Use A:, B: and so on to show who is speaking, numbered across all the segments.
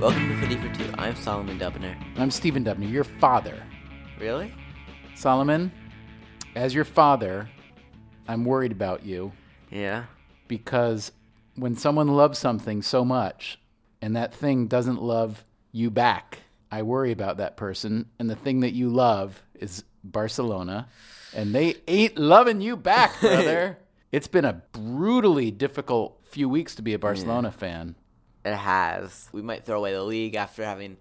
A: Welcome to Fifty for Two. I'm Solomon Dubner.
B: And I'm Stephen Dubner, your father.
A: Really?
B: Solomon, as your father, I'm worried about you
A: Yeah.
B: because when someone loves something so much and that thing doesn't love you back, I worry about that person. And the thing that you love is Barcelona, and they ain't loving you back, brother. it's been a brutally difficult few weeks to be a Barcelona fan.
A: It has. We might throw away the league after having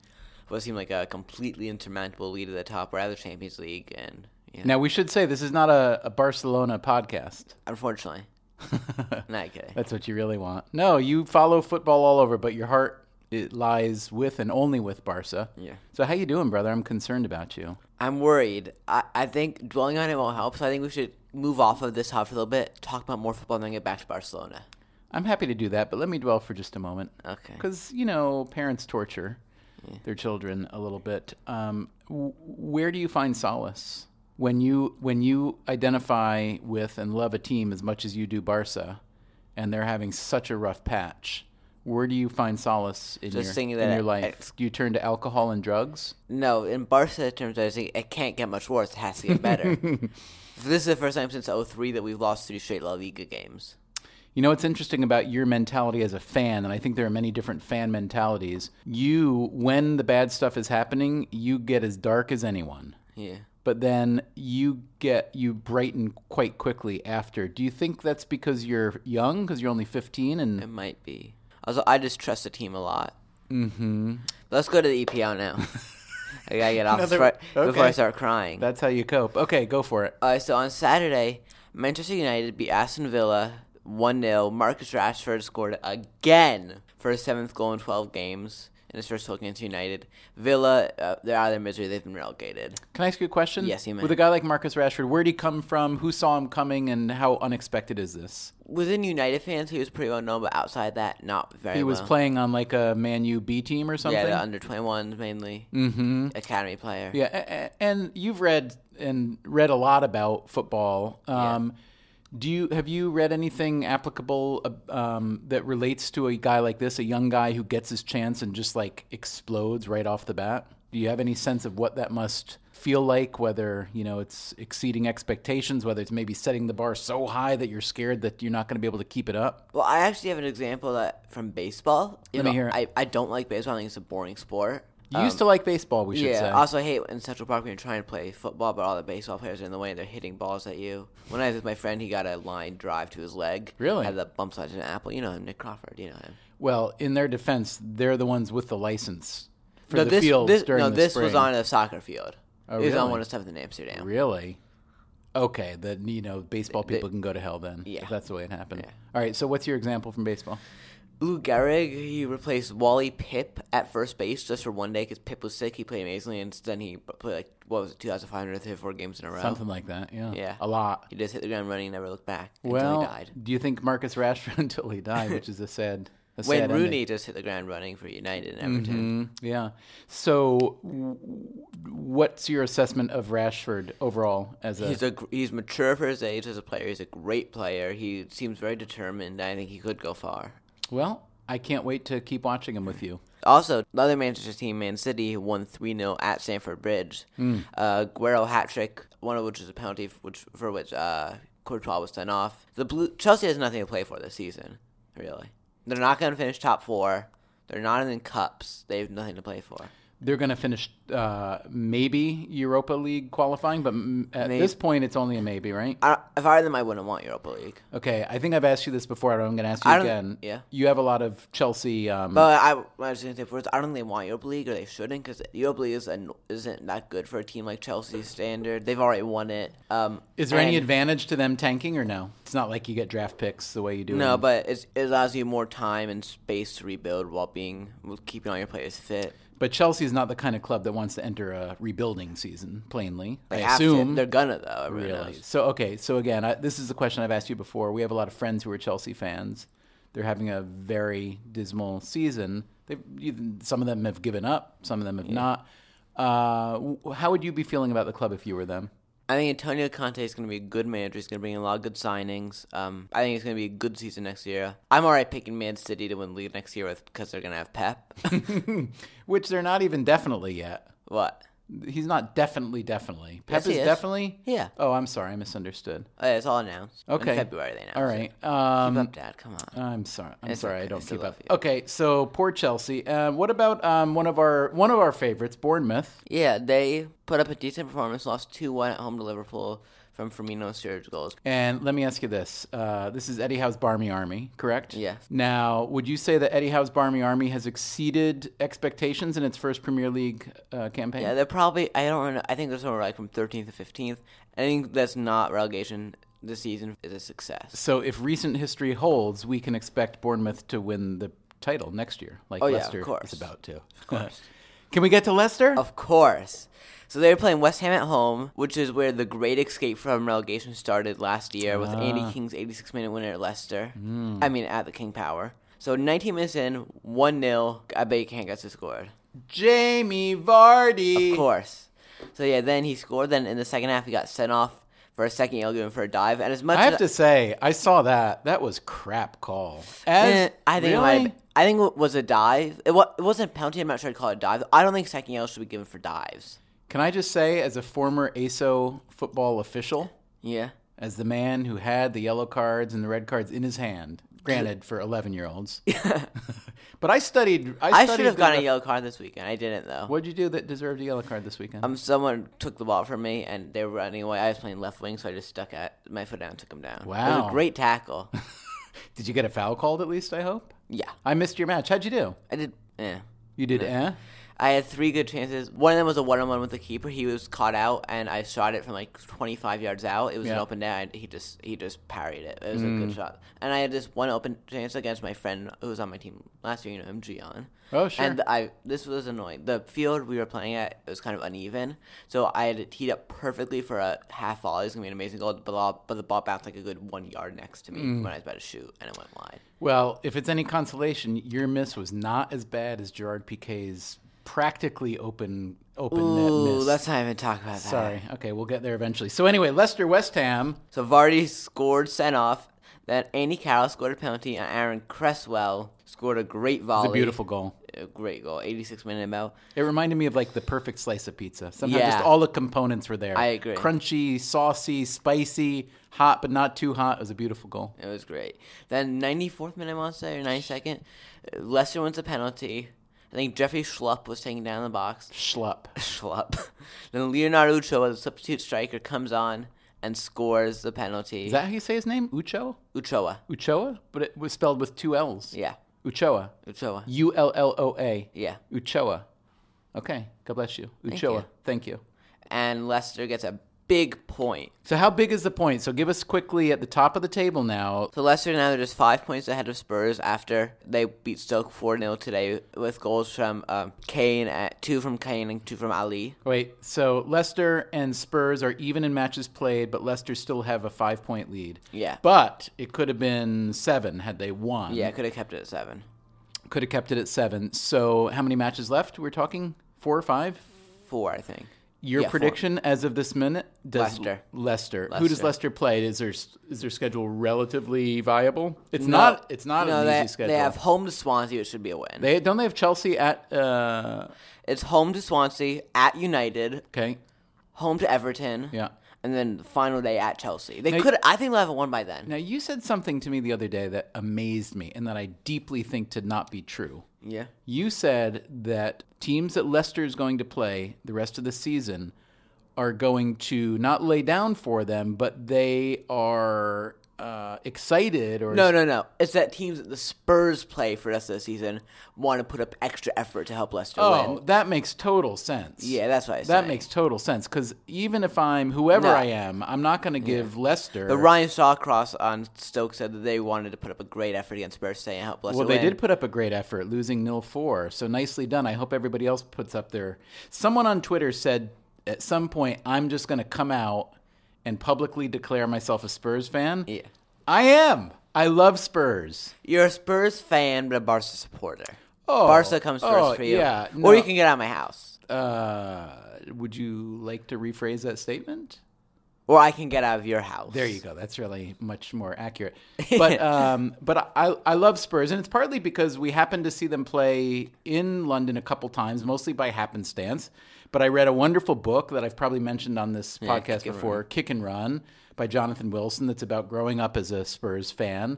A: what seemed like a completely insurmountable lead at the top. We're out of the Champions League, and yeah,
B: Now, we should say this is not a, a Barcelona podcast.
A: unfortunately, not kidding.
B: That's what you really want. No, you follow football all over, but your heart it lies with and only with Barca.
A: Yeah.
B: So how you doing, brother? I'm concerned about you.
A: I'm worried. I, I think dwelling on it won't help. So I think we should move off of this hub for a little bit, talk about more football, and then get back to Barcelona.
B: I'm happy to do that, but let me dwell for just a moment.
A: Okay.
B: Because you know, parents torture their children a little bit. Um, w- where do you find solace when you when you identify with and love a team as much as you do Barca, and they're having such a rough patch? Where do you find solace in
A: Just
B: your
A: thinking
B: in
A: that
B: your
A: I-
B: life? do you turn to alcohol and drugs?
A: No, in Barca terms, I think it can't get much worse. It has to get better. So this is the first time since 03 that we've lost three straight La Liga games.
B: You know what's interesting about your mentality as a fan, and I think there are many different fan mentalities. You, when the bad stuff is happening, you get as dark as anyone,
A: Yeah.
B: but then you get you brighten quite quickly after. Do you think that's because you're young, because you're only 15,
A: It
B: and
A: might be. Also, I just trust the team a lot. Mm-hmm. Let's go to the EPL now. I gotta get off this
B: Another-
A: fri- before I
B: okay.
A: start crying.
B: that's how you cope? Okay, go for it.
A: Uh, so on Saturday, Manchester United beat Aston Villa 1 0. Marcus Rashford scored again for his seventh goal in 12 games in his first goal against United. Villa, uh, they're out of their misery. They've been relegated.
B: Can I ask you a question?
A: Yes, you may.
B: With a guy like Marcus Rashford, where'd he come from? Who saw him coming, and how unexpected is this?
A: Within United fans, he was pretty well known, but outside that, not very
B: He was
A: well.
B: playing on like a Man U B team or something.
A: Yeah, the under 21s mainly. Mm-hmm. Academy player.
B: Yeah, a- a- and you've read and read a lot about football. Um, Do you have you read anything applicable uh, um, that relates to a guy like this, a young guy who gets his chance and just like explodes right off the bat? Do you have any sense of what that must feel like? Whether you know it's exceeding expectations, whether it's maybe setting the bar so high that you're scared that you're not going to be able to keep it up.
A: Well, I actually have an example that from baseball. You
B: Let me hear it.
A: I, I don't like baseball. I think it's a boring sport.
B: You used to like baseball, we should
A: Um, yeah.
B: say.
A: Also, I hate in Central Park when you're trying to play football, but all the baseball players are in the way and they're hitting balls at you. When I was with my friend, he got a line drive to his leg.
B: Really?
A: Had the bump side to an apple. You know him, Nick Crawford. You know him.
B: Well, in their defense, they're the ones with the license for
A: no,
B: the
A: this,
B: fields
A: this,
B: during
A: no,
B: the
A: this was
B: spring.
A: on a soccer field. it
B: Oh,
A: was on
B: really?
A: one of the stuff in Amsterdam.
B: Really? Okay, the you know baseball people can go to hell then.
A: Yeah.
B: if that's the way it happened. All right, so what's your example from baseball?
A: Lou Gehrig, he replaced Wally Pip at first base just for one day because Pip was sick. He played amazingly, and then he played like what was it, two thousand five hundred thirty four games in a row.
B: Something like that. Yeah.
A: Yeah.
B: A lot.
A: He just hit the ground running, and never looked back until
B: well,
A: he died.
B: do you think Marcus Rashford until he died, which is a sad. A
A: Wayne
B: sad
A: Rooney
B: ending?
A: just hit the ground running for United and Everton.
B: Mm, yeah. So, w- what's your assessment of Rashford overall as a?
A: He's a gr- he's mature for his age as a player. He's a great player. He seems very determined. I think he could go far.
B: well, I can't wait to keep watching him with you.
A: Also, the other Manchester team, Man City, who won 3 0 at Stamford Bridge.
B: Mm.
A: Uh, Guerrero hat trick, one of which was a penalty, f- which for which uh, Courtois was sent off. The blue Chelsea has nothing to play for this season, really. They're not going to finish top four. They're not in cups. They have nothing to play for.
B: They're going to finish uh, maybe Europa League qualifying, but m- at
A: Maybe.
B: this point, it's only a maybe, right?
A: I, if I were them, I wouldn't want Europa League.
B: Okay, I think I've asked you this before, but I'm going to ask you
A: I don't-
B: again.
A: yeah.
B: You have a lot of Chelsea. Um,
A: But I, I was going to say first, I don't think they want Europa League, or they shouldn't, because Europa League is an, isn't that good for a team like Chelsea's standard. They've already won it. Um,
B: is there
A: and-
B: any advantage to them tanking or no? It's not like you get draft picks the way you do.
A: No,
B: in-
A: but it's, it allows you more time and space to rebuild while being while keeping all your players fit.
B: but Chelsea is not the kind of club that wants to enter a rebuilding season. Plainly,
A: They
B: I
A: have to.
B: assume
A: they're gonna though. Everyone
B: really.
A: knows.
B: So okay, so again, I, this is a question I've asked you before. We have a lot of friends who are Chelsea fans. They're having a very dismal season. They've, you- some of them have given up. Some of them have not. Uh, w- how would you be feeling about the club if you were them?
A: I think Antonio Conte is going to be a good manager. He's going to bring in a lot of good signings. Um, I think it's going to be a good season next year. I'm all right picking Man City to win the league next year because they're going to have Pep.
B: Which they're not even definitely yet.
A: what?
B: He's not definitely, definitely. Pep
A: Yes, he
B: is,
A: is.
B: definitely.
A: Yeah.
B: Oh, I'm sorry, I misunderstood.
A: Uh, it's all announced.
B: Okay.
A: In February they announced.
B: All
A: it.
B: right. Um,
A: Keep up, Dad. Come on.
B: I'm sorry. I'm
A: It's
B: sorry.
A: okay.
B: I
A: I
B: don't
A: still
B: keep
A: love
B: up.
A: you.
B: Okay, so poor Chelsea. Um, what about um, one of our one of our favorites, Bournemouth?
A: Yeah, they put up a decent performance, lost 2 1 at home to Liverpool from Firmino and Serge goals.
B: And let me ask you this: uh, This is Eddie Howe's Barmy Army, correct?
A: Yes.
B: Now, would you say that Eddie Howe's Barmy Army has exceeded expectations in its first Premier League uh, campaign?
A: Yeah, they're probably, I don't know, I think they're somewhere like from 13th to 15th. I think that's not relegation this season is a success.
B: So, if recent history holds, we can expect Bournemouth to win the title next year, like
A: Oh, yeah, of
B: Leicester
A: course.
B: is about to. Of course. can we get to Leicester?
A: Of course. So they were playing West Ham at home, which is where the great escape from relegation started last year with Andy King's 86 minute winner at Leicester. I mean, at the King Power. So 19 minutes in, 1 0. I bet you can't guess who scored.
B: Jamie Vardy.
A: Of course. So yeah, then he scored. Then in the second half, he got sent off for a second yellow given for a dive. And as much
B: I have
A: as
B: to say, I saw that. That was crap call.
A: Eh,
B: As,
A: I think it might.
B: really?
A: Have been, I think it was a dive. It, wa- it wasn't a penalty. I'm not sure I'd call it a dive. I don't think second yellow should be given for dives.
B: Can I just say, as a former ASO football official,
A: Yeah.
B: as the man who had the yellow cards and the red cards in his hand, granted for 11 year olds. but I studied. I,
A: I
B: studied
A: should have
B: the
A: gotten a
B: ref-
A: yellow card this weekend. I didn't though.
B: What'd you do that deserved a yellow card this weekend?
A: Um, someone took the ball from me and they were running away. I was playing left wing, so I just stuck at my foot down, and took him down. it was
B: Wow.
A: a great tackle.
B: Did you get a foul called at least, I hope?
A: yeah,
B: I missed your match. How'd you do?
A: I did. Yeah.
B: You did, eh?
A: I had three good chances. One of them was a one-on-one with the keeper. He was caught out, and I shot it from like 25 yards out. It was an
B: Yeah. Mm.
A: open net. and He just he just parried it. It was a good shot. And I had this one open chance against my friend who was on my team last year. You know him, Gian.
B: Oh, sure.
A: And I this was annoying. The field we were playing at it was kind of uneven, so I had it teed up perfectly for a half volley. It was gonna be an amazing goal, but the ball, but the ball bounced like a good one yard next to me
B: Mm.
A: when I was about to shoot, and it went wide.
B: Well, if it's any consolation, your miss was not as bad as Gerard Piquet's practically open open net
A: Ooh,
B: miss.
A: let's not even talk about that.
B: Sorry. Okay, we'll get there eventually. So anyway, Leicester West Ham.
A: So Vardy scored sent off. Then Andy Carroll scored a penalty, and Aaron Cresswell scored a great volley.
B: It's a beautiful goal.
A: A great goal. 86 minute about.
B: It reminded me of like the perfect slice of pizza. Somehow
A: Yeah.
B: just all the components were there.
A: I agree.
B: Crunchy, saucy, spicy, hot but not too hot. It was a beautiful goal.
A: It was great. Then 94th minute, I want to say, or 92nd, uh, Leicester wins a penalty. I think Jeffrey Schlupp was taken down in the box.
B: Schlup.
A: Schlupp. then Leonardo Ucho, a substitute striker, comes on and scores the penalty.
B: Is that how you say his name? Ucho?
A: Uchoa.
B: Uchoa? But it was spelled with two L's.
A: Yeah.
B: Uchoa.
A: Uchoa.
B: U L L O A.
A: Yeah.
B: Uchoa. Okay. God bless you. Uchoa.
A: you.
B: Thank you.
A: And Leicester gets a big point.
B: So how big is the point? So give us quickly at the top of the table now.
A: So Leicester now they're just five points ahead of Spurs after they beat Stoke four 0 today with goals from um, Kane, at, two from Kane and two from Ali.
B: Wait, so Leicester and Spurs are even in matches played, but Leicester still have a five point lead.
A: Yeah.
B: But it could have been seven had they won.
A: Yeah, could have kept it at seven.
B: Could have kept it at seven. So how many matches left? We're talking four or five?
A: Four, I think.
B: Your
A: Yeah, four.
B: prediction as of this minute? Does
A: Leicester.
B: Leicester. Who does
A: Leicester.
B: Leicester play? Is their, is their schedule relatively viable? It's
A: No.
B: not It's not
A: No,
B: an
A: they,
B: easy schedule.
A: they have home to Swansea, which should be a win.
B: They- don't they have Chelsea at. Uh,
A: it's home to Swansea at United,
B: okay.
A: home to Everton.
B: Yeah.
A: And then the final day at Chelsea. They could. I think they'll have a one by then.
B: Now, you said something to me the other day that amazed me and that I deeply think to not be true.
A: Yeah.
B: You said that teams that Leicester is going to play the rest of the season are going to not lay down for them, but they are uh, excited or
A: No, no, no. It's that teams that the Spurs play for the rest of the season want to put up extra effort to help Leicester
B: Oh,
A: win.
B: that makes total sense.
A: Yeah, that's what I
B: that
A: saying.
B: makes total sense because even if I'm whoever
A: No.
B: I am, I'm not going to give Leicester.
A: But Ryan Shawcross on Stoke said that they wanted to put up a great effort against Spurs, saying help Leicester
B: Well, they
A: win.
B: did put up a great effort, losing nil four. So nicely done. I hope everybody else puts up their. Someone on Twitter said at some point, I'm just going to come out and publicly declare myself a Spurs fan.
A: Yeah.
B: I am. I love Spurs.
A: You're a Spurs fan, but a Barca supporter.
B: Oh,
A: Barca comes first
B: oh,
A: for you.
B: yeah, no.
A: Or you can get out of my house.
B: Uh, would you like to rephrase that statement?
A: or I can get out of your house.
B: There you go. That's really much more accurate. But um, but I I love Spurs, and it's partly because we happened to see them play in London a couple times, mostly by happenstance. But I read a wonderful book that I've probably mentioned on this podcast before, Kick and Run by Jonathan Wilson, that's about growing up as a Spurs fan.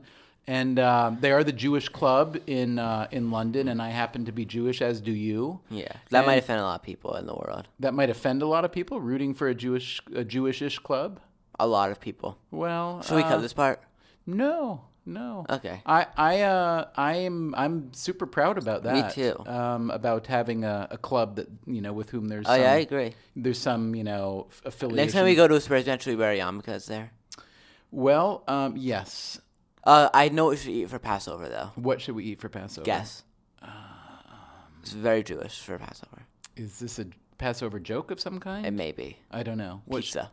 B: And um, they are the Jewish club in uh, in London, and I happen to be Jewish, as do you.
A: Yeah, that might offend a lot of people in the world.
B: That might offend a lot of people rooting for a Jewish a Jewishish club.
A: A lot of people.
B: Well,
A: Should we
B: uh,
A: cut this part?
B: No, no.
A: Okay.
B: I I uh I am I'm super proud about that.
A: too.
B: Um, about having a, a club that you know with whom there's
A: Oh
B: some,
A: yeah, I agree.
B: there's some you know f- affiliation.
A: Next time we go to a Spurs match, we bury Yarmulke's there.
B: well, um, yes.
A: Uh, I know what we should eat for Passover though.
B: What should we eat for Passover?
A: Guess.
B: Uh, um,
A: It's very Jewish for Passover.
B: Is this a Passover joke of some kind?
A: It may be
B: I don't know. What sh-
A: pizza.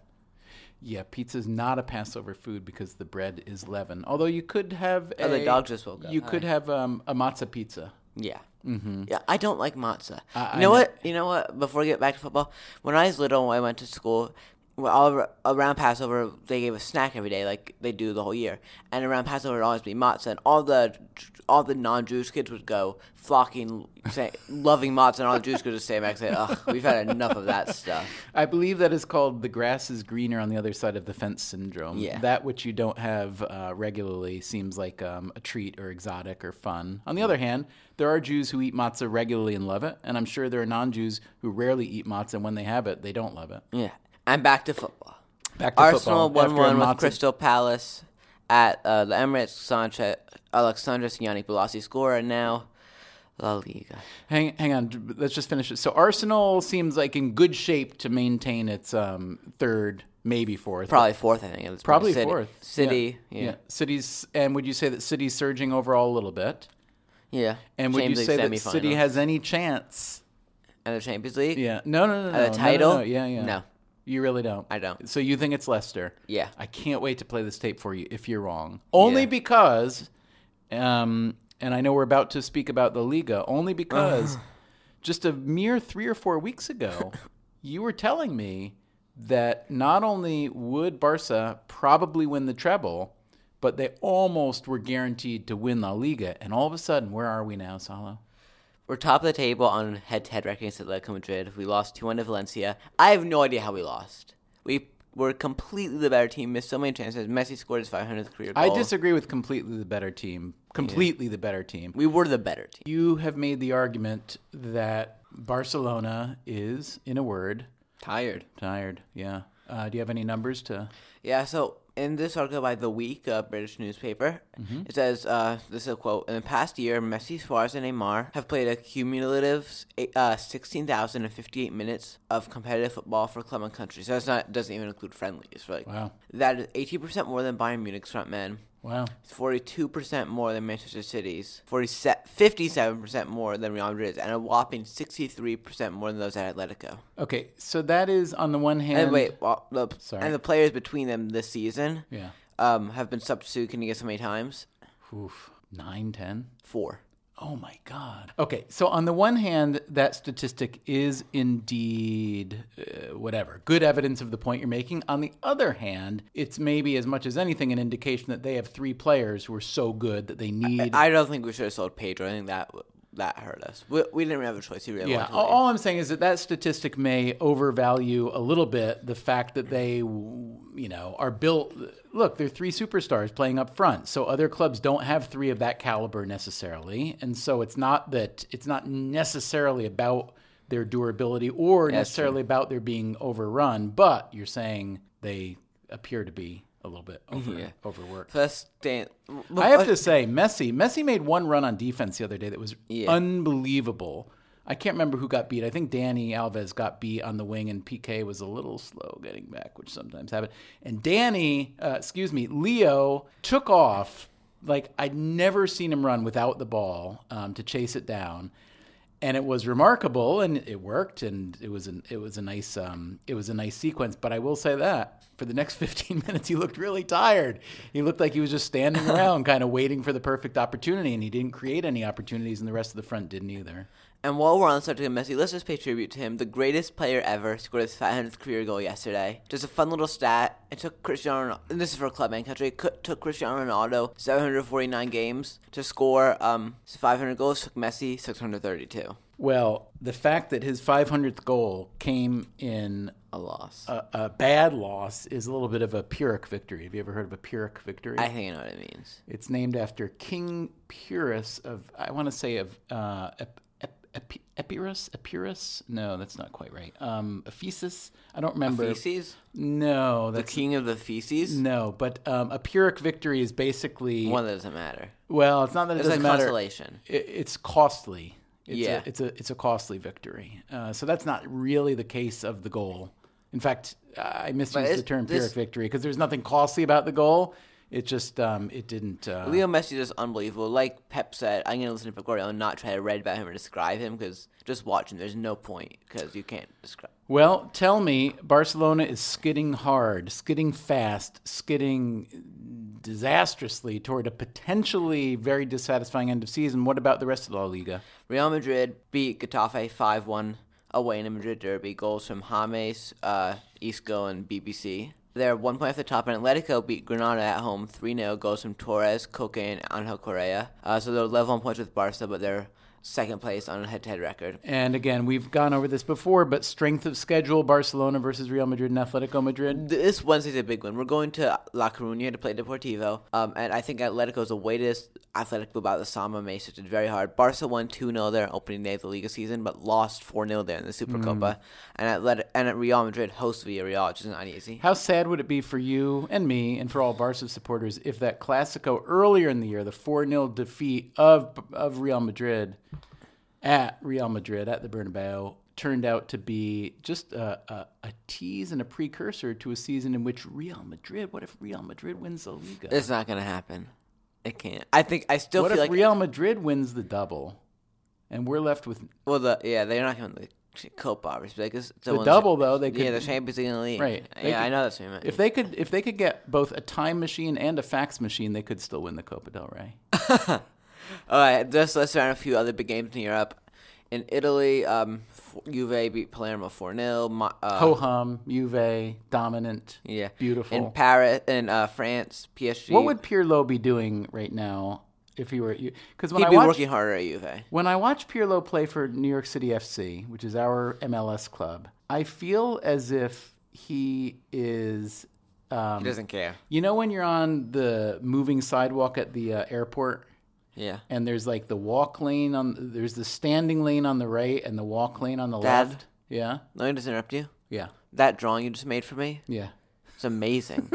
B: yeah, pizza's not a Passover food because the bread is leaven. Although you could have
A: Oh,
B: a
A: the dog just woke up.
B: You could have um, a matzah pizza.
A: Yeah. Mm-hmm. Yeah, I don't like matzah.
B: I-
A: you know
B: I-
A: what? You know what? Before we get back to football, when I was little, I went to school. Well, all ar- around Passover, they gave a snack every day, like they do the whole year. And around Passover, it'd always be matzah, and all the all the non-Jewish kids would go flocking, say, loving matzah, and all the Jews could just stay back and say, "Ugh, we've had enough of that stuff."
B: I believe that is called the grass is greener on the other side of the fence syndrome.
A: Yeah.
B: That which you don't have uh, regularly seems like um, a treat or exotic or fun. On the other hand, there are Jews who eat matzah regularly and love it, and I'm sure there are non Jews who rarely eat matzah, and when they have it, they don't love it.
A: Yeah, and back to football.
B: Back to
A: Arsenal
B: football.
A: won
B: After
A: one with
B: matzah-
A: Crystal Palace at uh, the Emirates. Sanchez, Alexandros, and Yannick Bolasie score, and now La Liga.
B: Hang, hang on, d- let's just finish it. So Arsenal seems like in good shape to maintain its um, third, maybe fourth.
A: Probably fourth, I think. It was
B: Probably
A: City.
B: fourth.
A: City,
B: Yeah.
A: yeah, yeah.
B: Cities, and would you say that cities surging overall a little bit? And would
A: Champions
B: you say
A: League
B: that City
A: semifinal.
B: has any chance?
A: and the Champions League?
B: Yeah. No, no, no, no.
A: Uh, the
B: no, no,
A: title?
B: no. Yeah, yeah.
A: No.
B: You really don't.
A: I don't.
B: So you think it's Leicester?
A: Yeah.
B: I can't wait to play this tape for you if you're wrong. Only because, um, and I know we're about to speak about the Liga. Only because, just a mere three or four weeks ago, you were telling me that not only would Barca probably win the treble, but they almost were guaranteed to win La Liga. And all of a sudden, where are we now, Salo?
A: We're top of the table on head-to-head record against Atletico Madrid. We lost 2-1 to Valencia. I have no idea how we lost. We were completely the better team, missed so many chances. Messi scored his 500th career goal.
B: I disagree with completely the better team. Completely the better team.
A: We were the better team.
B: You have made the argument that Barcelona is, in a word,
A: Tired.
B: tired. Yeah. Uh, do you have any numbers to?
A: Yeah, so in this article by The Week, a British newspaper,
B: Mm-hmm.
A: it says uh, this is a quote In the past year, Messi, Suarez, and Neymar have played a cumulative uh, 16,058 minutes of competitive football for club and country. So that's not, doesn't even include friendlies. Right?
B: Wow.
A: That is 18% more than Bayern Munich's frontmen.
B: Wow.
A: It's 42% more than Manchester City's, 47, 57% more than Real Madrid's, and a whopping 63% more than those at Atletico.
B: Okay. So that is on the one hand.
A: And, wait, well, the,
B: Sorry.
A: and the players between them this season
B: Yeah.
A: um, have been substituted. Can you guess how many times?
B: Oof. Nine, ten.
A: Four.
B: Oh my God. Okay. So on the one hand, that statistic is indeed uh, whatever good evidence of the point you're making. On the other hand, it's maybe as much as anything an indication that they have three players who are so good that they need
A: I don't think we should have sold Pedro. I think that w- that hurt us. We, we didn't have a choice. He really
B: Yeah,
A: wanted to
B: all,
A: leave.
B: all I'm saying is that that statistic may overvalue a little bit the fact that they, w- you know, are built. Look, they're three superstars playing up front, so other clubs don't have three of that caliber necessarily, and so it's not that it's not necessarily about their durability or necessarily about their being overrun. But you're saying they appear to be a little bit over overworked.
A: So that's Dan-
B: I
A: uh,
B: have to say, Messi. Messi made one run on defense the other day that was unbelievable. I can't remember who got beat. I think Danny Alves got beat on the wing, and PK was a little slow getting back, which sometimes happened. And Danny, uh, excuse me, Leo took off like I'd never seen him run without the ball um, to chase it down and it was remarkable and it worked and it was an, it was a nice um, it was a nice sequence but i will say that for the next 15 minutes he looked really tired he looked like he was just standing around kind of waiting for the perfect opportunity and he didn't create any opportunities and the rest of the front didn't either
A: And while we're on the subject of Messi, let's just pay tribute to him. The greatest player ever scored his 500th career goal yesterday. Just a fun little stat. It took Cristiano, Ronaldo, and this is for club and country. It co- took Cristiano Ronaldo 749 games to score um 500 goals. Took Messi 632.
B: Well, the fact that his 500th goal came in
A: A loss.
B: a, a bad loss is a little bit of a Pyrrhic victory. Have you ever heard of a Pyrrhic victory?
A: I think I know what it means.
B: It's named after King Pyrrhus of I want to say of uh, Ep- Ep- Ep- Epirus. Epirus? No, that's not quite right. Um, Ephesus. I don't remember.
A: Feces.
B: No,
A: The
B: that's
A: king of the feces.
B: no. But um, a Pyrrhic victory is basically
A: One that doesn't matter.
B: well, it's not that it
A: It's
B: doesn't
A: like
B: matter.
A: consolation.
B: It, it's costly. It's
A: Yeah.
B: a, it's a it's a costly victory. Uh, so that's not really the case of the goal. In fact, I misused
A: it's-
B: the term
A: this-
B: Pyrrhic victory because there's nothing costly about the goal. It just um, it didn't. Uh,
A: Leo Messi is just unbelievable. Like Pep said, I'm going to listen to Pep Guardiola and not try to read about him or describe him because just watch him, there's no point because you can't describe.
B: Well, tell me, Barcelona is skidding hard, skidding fast, skidding disastrously toward a potentially very dissatisfying end of season. What about the rest of La Liga?
A: Real Madrid beat Getafe 5 1 away in a Madrid derby. Goals from James, uh, Isco, and BBC. They're one point off the top, and Atletico beat Granada at home 3 0. Goals from Torres, Coque, and Angel Correa. Uh, so they're level on points with Barca, but they're second place on a head to head record.
B: And again, we've gone over this before, but strength of schedule: Barcelona versus Real Madrid and Atletico Madrid.
A: This Wednesday's a big one. We're going to La Coruña to play Deportivo, um, and I think Atletico's the latest. Atletico about the Sama Mesa did very hard. Barca won 2 0 there opening day of the Liga season, but lost 4 0 there in the
B: Mm.
A: Supercopa. And Atlet- and at Real Madrid hosts Villarreal, which is not easy.
B: How sad would it be for you and me and for all Barca supporters if that Clasico earlier in the year, the 4 0 defeat of, of Real Madrid at Real Madrid at the Bernabeu, turned out to be just a, a, a tease and a precursor to a season in which Real Madrid, what if Real Madrid wins the Liga?
A: It's not going to happen. It can't. I think I still
B: what if
A: feel like
B: Real Madrid wins the double and we're left with.
A: well, the yeah, they're not going to the Copa, obviously. Because the
B: double, though, they
A: yeah,
B: could-
A: the Champions League and the league.
B: Right. They
A: Yeah, I
B: could-
A: know that's what you meant.
B: If they could, if they could get both a time machine and a fax machine, they could still win the Copa del Rey.
A: All right, just let's run a few other big games in Europe. In Italy, um, F- Juve beat Palermo 4 0. Uh,
B: Ho hum, Juve, dominant.
A: yeah.
B: beautiful.
A: In Paris, in uh, France, PSG.
B: What would Pirlo be doing right now if he were at you? Because when
A: He'd
B: I
A: be
B: watch
A: working harder at Juve.
B: when I watch Pirlo play for New York City FC, which is our MLS club, I feel as if he is.
A: He
B: Um,
A: doesn't care.
B: you know when you're on the moving sidewalk at the uh, airport
A: Yeah.
B: and there's like the walk lane on there's the standing lane on the right and the walk lane on the
A: Dad?
B: left. Yeah,
A: Let me just interrupt you.
B: yeah,
A: That drawing you just made for me
B: yeah.
A: its amazing.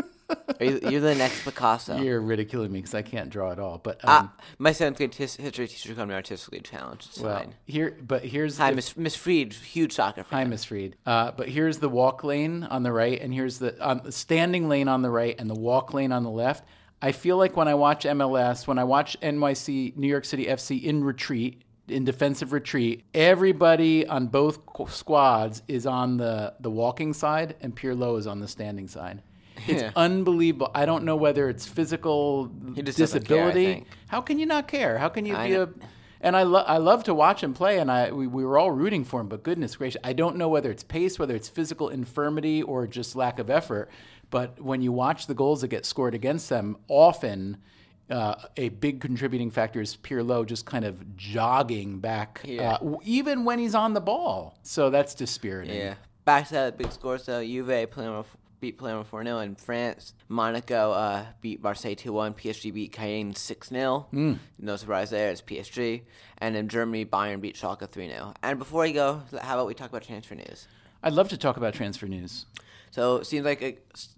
A: Are you, you're the next Picasso.
B: You're ridiculing me because I can't draw at all. But um,
A: Ah, my seventh grade his- history teacher called me artistically challenged. It's
B: well,
A: fine.
B: here, but here's
A: Hi, Miss Miss Fried, huge soccer fan.
B: I misread. Uh, but here's the walk lane on the right, and here's the on the standing lane on the right, and the walk lane on the left. I feel like when I watch MLS, when I watch NYC, New York City FC in retreat, in defensive retreat, everybody on both qu- squads is on the, the walking side, and Pirlo is on the standing side. It's
A: Yeah.
B: unbelievable. I don't know whether it's physical
A: just doesn't care, I
B: disability.
A: think.
B: How can you not care? How can you
A: I
B: be
A: know.
B: a and I, lo- I love to watch him play, and I we, we were all rooting for him. But goodness gracious, I don't know whether it's pace, whether it's physical infirmity, or just lack of effort. But when you watch the goals that get scored against them, often uh, a big contributing factor is Pirlo just kind of jogging back,
A: Yeah.
B: uh, w- even when he's on the ball. So that's dispiriting.
A: Yeah. Back to that big score. So Juve Palermo, beat Palermo 4 0 in France. Monaco uh, beat Marseille 2 1. PSG beat Cayenne 6 0.
B: Mm.
A: No surprise there. It's PSG. And in Germany, Bayern beat Schalke 3 0. And before I go, how about we talk about transfer news?
B: I'd love to talk about transfer news.
A: So it seems like uh,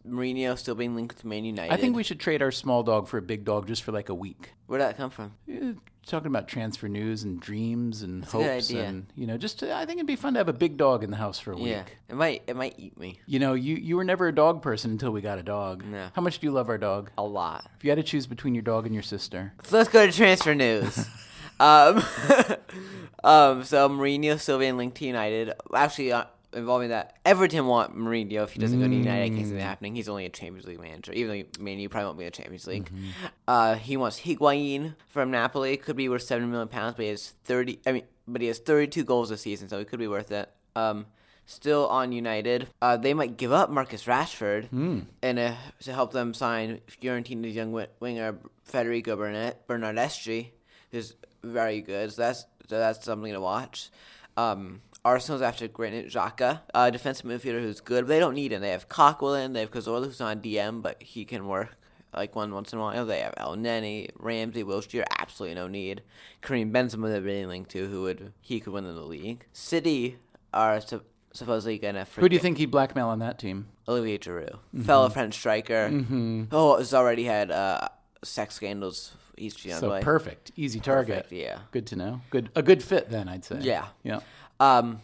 A: Mourinho still being linked with Man United.
B: I think we should trade our small dog for a big dog just for like a week.
A: Where did that come from?
B: Eh, talking about transfer news and dreams and
A: a good
B: hopes
A: idea.
B: and you know just to, i think it'd be fun to have a big dog in the house for a week
A: Yeah. It might, it might eat me
B: you know you, you were never a dog person until we got a dog
A: No.
B: how much do you love our dog
A: a lot.
B: if you had to choose between your dog and your sister
A: So let's go to transfer news. um, um, so Mourinho, Silva, and linked to United. Actually, uh, involving that, Everton want Mourinho. If he doesn't go to United, I can't see that happening. He's only a Champions League manager. Even though, I mean, you probably won't be in the Champions League. Uh, he wants Higuain from Napoli. Could be worth seven million pounds, but he has thirty. I mean. but he has 32 goals this season, so he could be worth it. Um, still on United, uh, they might give up Marcus Rashford and uh, to help them sign Fiorentina's young wi- winger Federico Bernat- Bernardeschi, who's very good. So that's so that's something to watch. Um, Arsenal's after Granit Xhaka, a defensive midfielder who's good, but they don't need him. They have Coquelin, they have Cazorla, who's on DM, but he can work like one once in a while. They have El Neni, Ramsey, Wilshere, absolutely no need. Kareem Benzema they're being linked to, who would he could win in the league. City are su- supposedly gonna
B: Who do you Mm-hmm. think he'd blackmail on that team?
A: Olivier Giroud, fellow French striker. Mm-hmm. Oh, has already had uh, sex scandals. He's
B: So
A: Giannoy.
B: perfect, easy target.
A: Perfect, yeah.
B: Good to know. Good, a good fit then, I'd say.
A: Yeah.
B: yeah.
A: Um,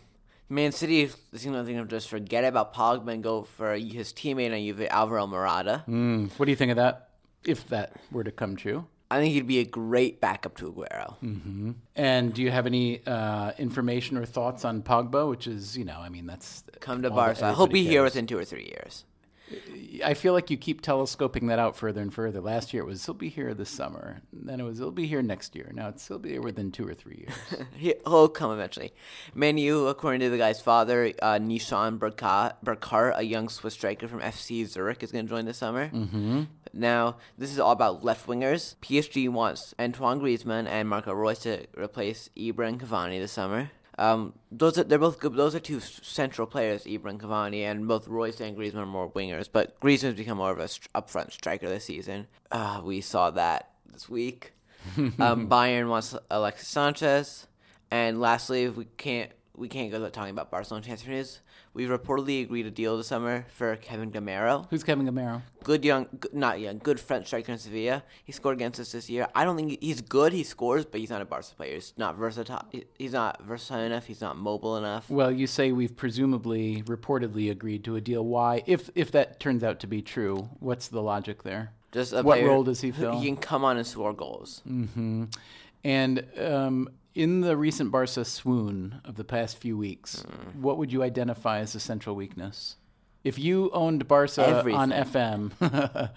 A: Man City seems to think of just forget about Pogba and go for his teammate on Juve, Alvaro Morata.
B: Mm, What do you think of that? If that were to come true,
A: I think he'd be a great backup to Aguero.
B: Mm. and do you have any uh, information or thoughts on Pogba? Which is, you know, I mean, that's
A: Come to
B: all that
A: Barca. He'll be
B: everybody
A: here
B: cares.
A: within two or three years.
B: I feel like you keep telescoping that out further and further. Last year it was he'll be here this summer. Then it was he'll be here next year. Now it's he'll be here within two or three years.
A: He- He'll come eventually. Manu, according to the guy's father, uh, Nishan Burka- Burkar, a young Swiss striker from FC Zurich, is going to join this summer. Mm-hmm. Now, this is all about left wingers. PSG wants Antoine Griezmann and Marco Reus to replace Ibra and Cavani this summer. Um, those are, they're both good. Those are two s- central players, Ibra and Cavani, and both Royce and Griezmann are more wingers. But Griezmann's become more of a str- upfront striker this season. Uh, we saw that this week. um, Bayern wants Alexis Sanchez, and lastly, we can't we can't go without talking about Barcelona transfer news. We've reportedly agreed a deal this summer for Kevin Gamero,
B: Who's Kevin Gamero?
A: good young, good, not young, good French striker in Sevilla. He scored against us this year. I don't think he's good. He scores, but he's not a Barca player. He's not versatile. He's not versatile enough. He's not mobile enough.
B: Well, you say we've presumably, reportedly agreed to a deal. Why, if if that turns out to be true, what's the logic there?
A: Just a
B: what
A: player
B: role does he
A: who-
B: fill?
A: He can come on and score goals.
B: And um, in the recent Barca swoon of the past few weeks, what would you identify as a central weakness? If you owned Barca on FM,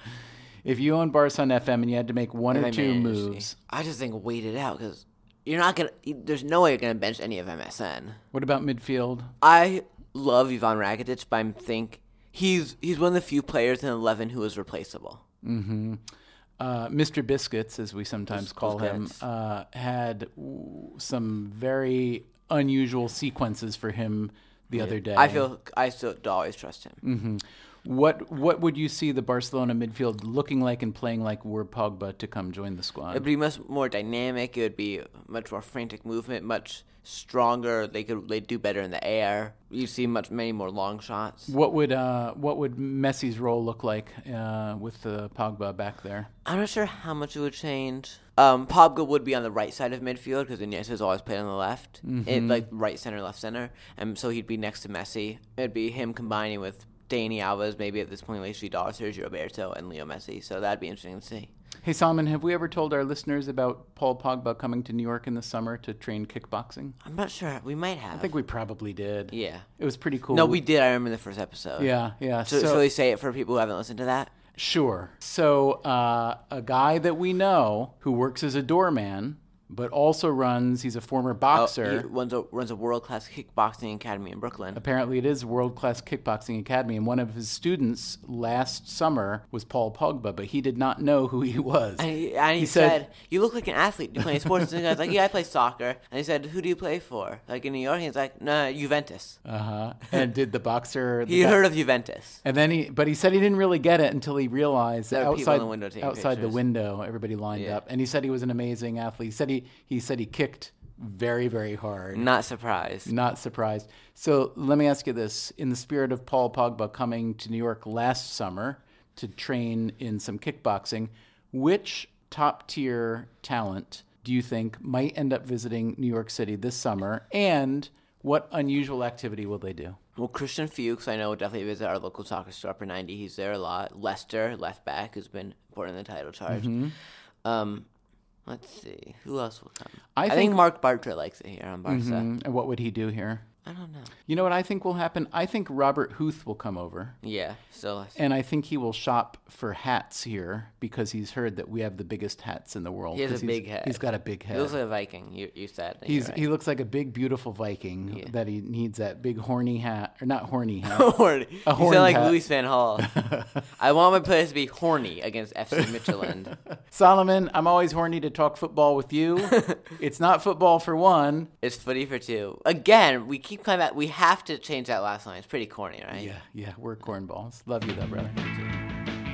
B: if you owned Barca on FM and you had to make one or
A: I
B: two
A: mean,
B: moves,
A: I just think wait it out because you're not gonna. There's no way you're gonna bench any of MSN.
B: what about midfield?
A: I love Ivan Rakitic, but I think he's he's one of the few players in eleven who is replaceable.
B: Uh, Mr. Biscuits, as we sometimes call him,
A: Biscuits.
B: uh, had w- some very unusual sequences for him the other day.
A: I feel I still always trust him.
B: What what would you see the Barcelona midfield looking like and playing like were Pogba to come join the
A: It'd
B: squad?
A: be much more dynamic. It would be much more frantic movement, much stronger. They could they do better in the air. You see much many more long shots.
B: What would uh, what would Messi's role look like uh, with uh, Pogba back there?
A: I'm not sure how much it would change. Um, Pogba would be on the right side of midfield because Iniesta's always played on the left,
B: Mm-hmm.
A: it, like right center, left center, and so he'd be next to Messi. It'd be him combining with Dani Alves, maybe at this point, Lacey Dahl, Sergio Roberto, and Leo Messi. So that'd be interesting to see.
B: Hey Salman, have we ever told our listeners about Paul Pogba coming to New York in the summer to train kickboxing?
A: I'm not sure. We might have.
B: I think we probably did.
A: yeah.
B: It was pretty cool.
A: No, we did. I remember the first episode.
B: Yeah, yeah.
A: So, shall we say it for people who haven't listened to that?
B: Sure. So, uh, a guy that we know who works as a doorman, but also runs, he's a
A: Oh,
B: former boxer.
A: He runs a runs a world class kickboxing academy in Brooklyn.
B: Apparently, it is World Class Kickboxing Academy, and one of his students last summer was Paul Pogba, but he did not know who he was.
A: And he, and he,
B: He
A: said,
B: said-
A: "You look like an athlete. Do you play any sports?" and the guy's like, "Yeah, I play soccer." And he said, "Who do you play for?" Like in New York, and he's like, "No, Juventus."
B: Uh huh. And did the boxer? the
A: He
B: guy-
A: heard of Juventus.
B: And then he, but he said he didn't really get it until he realized that
A: There were people
B: outside
A: in the window taking
B: outside the
A: pictures.
B: window, everybody lined
A: Yeah.
B: up, and he said he was an amazing athlete. He said he he said he kicked very very hard.
A: Not surprised.
B: Not surprised. So let me ask you this: In the spirit of Paul Pogba coming to New York last summer to train in some kickboxing, which top tier talent do you think might end up visiting New York City this summer? And what unusual activity will they do?
A: Well, Christian Fuchs, I know, will definitely visit our local soccer store for 90. He's there a lot. Lester, left back, who's been important in the title charge. Um, let's see. Who else will come?
B: I
A: I, think,
B: think- Mm-hmm.
A: Mark Bartra likes it here on Barca.
B: Mm, And what would he do here?
A: I don't know.
B: You know what I think will happen? I think Robert Huth will come over.
A: Yeah, so
B: And I think he will shop for hats here because he's heard that we have the biggest hats in the world.
A: He has
B: 'cause
A: a
B: he's-
A: big head.
B: He's got a big
A: he
B: head.
A: looks like a Viking. You you said and you're
B: He's, He looks like a big, beautiful Viking that he needs that big horny hat, or not horny hat.
A: right. horny. You
B: horny
A: sound like
B: hat.
A: Luis Van Hall. I want my players to be horny against FC Michelin.
B: Solomon, I'm always horny to talk football with you. it's not football for one.
A: it's footy for two. Again, we keep coming back. We have to change that last line. It's pretty corny, right?
B: Yeah, yeah, we're cornballs. Love you though, brother.